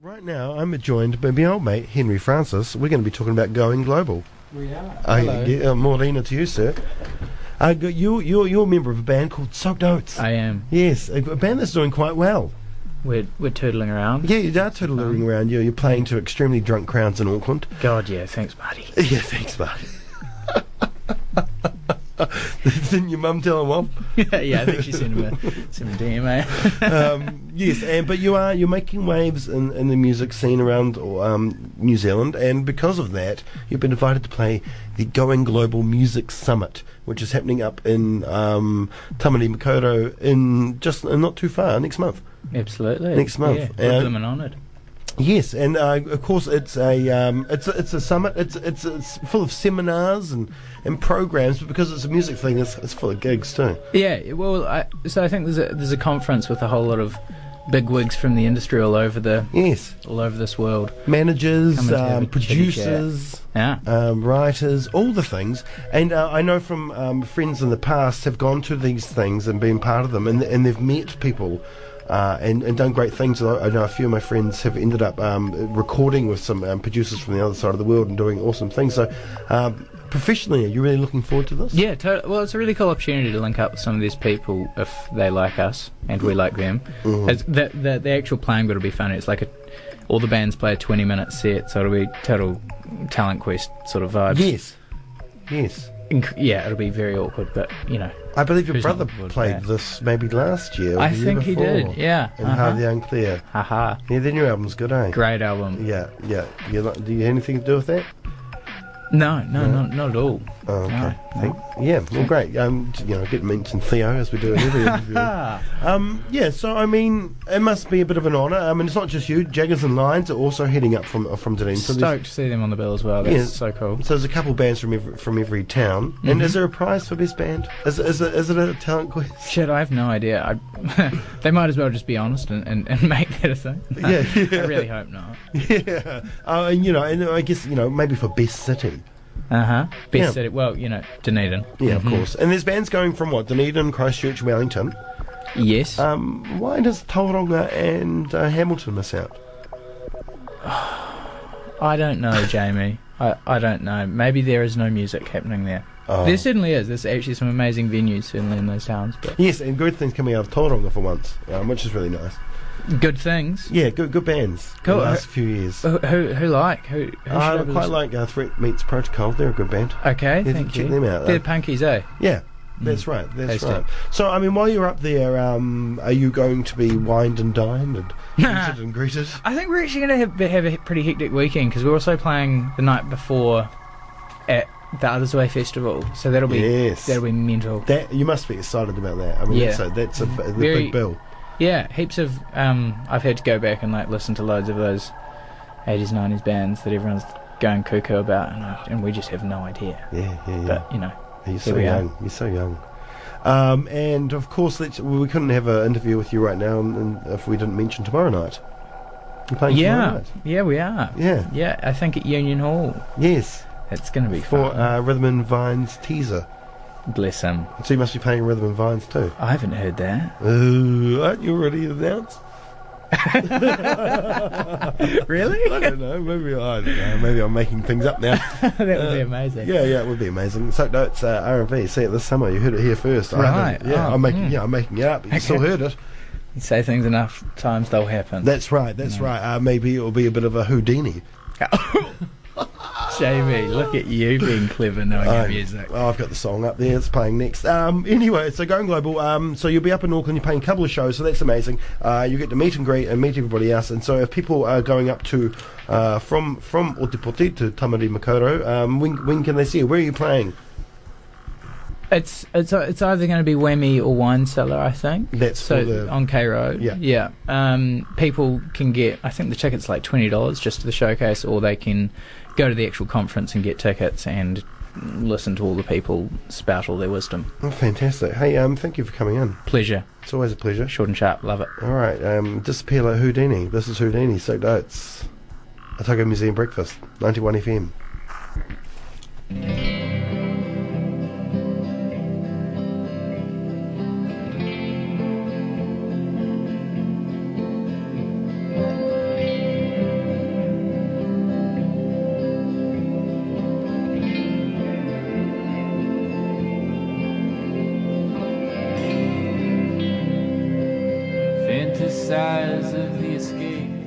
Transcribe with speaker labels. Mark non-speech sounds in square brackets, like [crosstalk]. Speaker 1: Right now, I'm joined by my old mate Henry Francis. We're going to be talking about going global.
Speaker 2: We are.
Speaker 1: I
Speaker 2: Hello.
Speaker 1: yeah, uh, Morena to you, sir. Uh, go- you, you're, you're a member of a band called Soaked Oats.
Speaker 3: I am.
Speaker 1: yes, a a band that's doing quite well.
Speaker 3: We're we're turtling around.
Speaker 1: Yeah, you are tootling around. You're, you're playing to extremely drunk crowds in Auckland. [laughs]
Speaker 3: God, yeah. Thanks, buddy.
Speaker 1: Yeah, thanks, mate. [laughs] Didn't your mum tell him off?
Speaker 3: yeah, I think she sent him a sent him a DMA.
Speaker 1: um, yes, and, but you are you're making waves in, in the music scene around um, New Zealand, and because of that, you've been invited to play the Going Global Music Summit, which is happening up in um, Tamari Makaurau in just uh, not too far next month.
Speaker 3: Absolutely.
Speaker 1: Next month.
Speaker 3: Yeah,
Speaker 1: And-
Speaker 3: with them and honoured.
Speaker 1: Yes, and uh, of course it's a um, it's a, it's a summit. It's, it's it's full of seminars and, and programs, but because it's a music thing, it's, it's full of gigs too.
Speaker 3: Yeah. Well, I, so I think there's a there's a conference with a whole lot of big wigs from the industry all over the
Speaker 1: Yes,
Speaker 3: all over this world. Come
Speaker 1: managers,
Speaker 3: and have
Speaker 1: um,
Speaker 3: a chitty chat.
Speaker 1: producers.
Speaker 3: Yeah.
Speaker 1: um, writers, all the things. And uh, I know from um, friends in the past have gone to these things and been part of them, and, and they've met people. Uh, and, and done great things. I I know a few of my friends have ended up um, recording with some um, producers from the other side of the world and doing awesome things. So, um, professionally, are you really looking forward to this?
Speaker 3: Yeah, to- well, it's a really cool opportunity to link up with some of these people if they like us and we like them.
Speaker 1: Mm-hmm.
Speaker 3: It's, the, the, the actual playing bit will be fun. It's like a, all the bands play a 20 minute set, so it'll be total talent quest sort of vibe.
Speaker 1: Yes. Yes.
Speaker 3: Inc- yeah, it'll be very awkward, but you know.
Speaker 1: I believe your
Speaker 3: Who's
Speaker 1: brother
Speaker 3: not bored
Speaker 1: played
Speaker 3: by that?
Speaker 1: this maybe last year. Or
Speaker 3: I
Speaker 1: the year
Speaker 3: think he
Speaker 1: before.
Speaker 3: did, yeah.
Speaker 1: And How
Speaker 3: uh-huh.
Speaker 1: the Unclear.
Speaker 3: Haha.
Speaker 1: Yeah, their new album's good, eh?
Speaker 3: Great album.
Speaker 1: Yeah, yeah. You like, do you have anything to do with that?
Speaker 3: No, no, not, not at all.
Speaker 1: Oh, okay.
Speaker 3: No,
Speaker 1: Thank- yeah, well, great. Um, you know, get mentioned Theo as we do in every
Speaker 3: [laughs]
Speaker 1: interview.
Speaker 3: Ah,
Speaker 1: um, yeah, so I mean, it must be a bit of an honour. I mean, it's not just you. Jaggers and Lions are also heading up from uh, from Dunedin. So there's,
Speaker 3: stoked to see them on the bill as well. That's
Speaker 1: Yeah.
Speaker 3: so cool.
Speaker 1: so there's a couple bands from every, from every town. And is there a prize for best band? Is is it, is it a talent quiz? [laughs]
Speaker 3: Shit, I have no idea. I, [laughs] they might as well just be honest and, and, [laughs] and make that a thing.
Speaker 1: [laughs] Yeah, yeah.
Speaker 3: [laughs] I really hope not.
Speaker 1: yeah. Uh, and you know, and I guess you know maybe for best city.
Speaker 3: Uh huh. Best
Speaker 1: Yeah.
Speaker 3: city. Well, you know, Dunedin. Mm-hmm.
Speaker 1: Yeah, of course. And there's bands going from what Dunedin, Christchurch, Wellington.
Speaker 3: Yes.
Speaker 1: Um, why does Tauranga and uh, Hamilton miss out?
Speaker 3: I don't know, Jamie. I, I don't know. Maybe there is no music happening there.
Speaker 1: Oh.
Speaker 3: There certainly is. There's actually some amazing venues certainly in those towns. But
Speaker 1: Yes, and good things coming out of Tauranga for once, um, which is really nice.
Speaker 3: good things.
Speaker 1: Yeah, good good bands.
Speaker 3: Cool.
Speaker 1: The last few years.
Speaker 3: Who, who, who like? Who? who should
Speaker 1: I
Speaker 3: be
Speaker 1: quite
Speaker 3: listening-
Speaker 1: like uh, Threat Meets Protocol. They're a good band.
Speaker 3: Okay,
Speaker 1: Yeah,
Speaker 3: thank
Speaker 1: check
Speaker 3: you.
Speaker 1: them out,
Speaker 3: They're
Speaker 1: though.
Speaker 3: punkies, eh? Mm.
Speaker 1: Yeah, that's right. That's
Speaker 3: Tasty.
Speaker 1: right. So, I mean, while you're up there, um, are you going to be wined and dined
Speaker 3: [laughs]
Speaker 1: and greeted and greeted?
Speaker 3: I think we're actually going to have, have a pretty hectic weekend because we're also playing the night before at the Others Way Festival. So that'll be
Speaker 1: Yes.
Speaker 3: that'll be mental.
Speaker 1: That you must be excited about that. I mean,
Speaker 3: Yeah.
Speaker 1: that's a, that's a, the
Speaker 3: Very-
Speaker 1: big bill.
Speaker 3: Yeah, heaps of. Um, I've had to go back and like listen to loads of those '80s, '90s bands that everyone's going cuckoo about, and, I, and we just have no idea.
Speaker 1: Yeah, yeah, yeah.
Speaker 3: But you know,
Speaker 1: You're so
Speaker 3: Here we are.
Speaker 1: young. You're so young. Um, and of course, let's, well, we couldn't have an interview with you right now and, and if we didn't mention tomorrow night. You're playing tomorrow
Speaker 3: yeah,
Speaker 1: night.
Speaker 3: yeah, we are.
Speaker 1: Yeah.
Speaker 3: Yeah, I think at Union Hall,
Speaker 1: Yes.
Speaker 3: it's going to be
Speaker 1: For
Speaker 3: fun.
Speaker 1: uh, Rhythm and Vines teaser.
Speaker 3: Bless him.
Speaker 1: So you must be playing Rhythm and Vines too.
Speaker 3: I haven't heard that.
Speaker 1: Ooh, aren't you already [laughs] announced? I
Speaker 3: really?
Speaker 1: don't know. Maybe I don't know. Maybe I'm making things up
Speaker 3: [laughs]
Speaker 1: now.
Speaker 3: that would be
Speaker 1: Uh,
Speaker 3: amazing.
Speaker 1: yeah, yeah, it would be amazing. So no, it's uh, R&B. See it this summer. You heard it here first. I
Speaker 3: Right.
Speaker 1: didn't- yeah,
Speaker 3: Oh,
Speaker 1: I'm making.
Speaker 3: mm.
Speaker 1: Yeah, I'm making it up. but You still
Speaker 3: Okay.
Speaker 1: heard it.
Speaker 3: You say things enough times, they'll happen.
Speaker 1: That's right. That's right. Uh, maybe it'll be a bit of a Houdini.
Speaker 3: Jamie, look at you being clever knowing your
Speaker 1: Um,
Speaker 3: music.
Speaker 1: oh, I've got the song up there. It's playing next. Um, anyway, so going global. Um, so you'll be up in Auckland. You're playing a couple of shows, so that's amazing. Uh, you get to meet and greet and meet everybody else. And so if people are going up to uh, from from Otipoti to Tamari Makaurau, um, when when can they see you? Where are you playing?
Speaker 3: It's it's it's either going to be Whammy or Wine Cellar, I think.
Speaker 1: That's
Speaker 3: so
Speaker 1: for the-
Speaker 3: on K Road.
Speaker 1: Yeah.
Speaker 3: yeah. Um, people can get. I think the tickets like twenty dollars just to the showcase, or they can go to the actual conference and get tickets and listen to all the people spout all their wisdom.
Speaker 1: Oh, fantastic. Hey, um, thank you for coming in.
Speaker 3: Pleasure,
Speaker 1: It's always a pleasure.
Speaker 3: short and sharp. Love it.
Speaker 1: All right, um, disappear like Houdini. This is Houdini. Soaked Oats. Otago Museum Breakfast, 91 FM.
Speaker 2: size of the escape.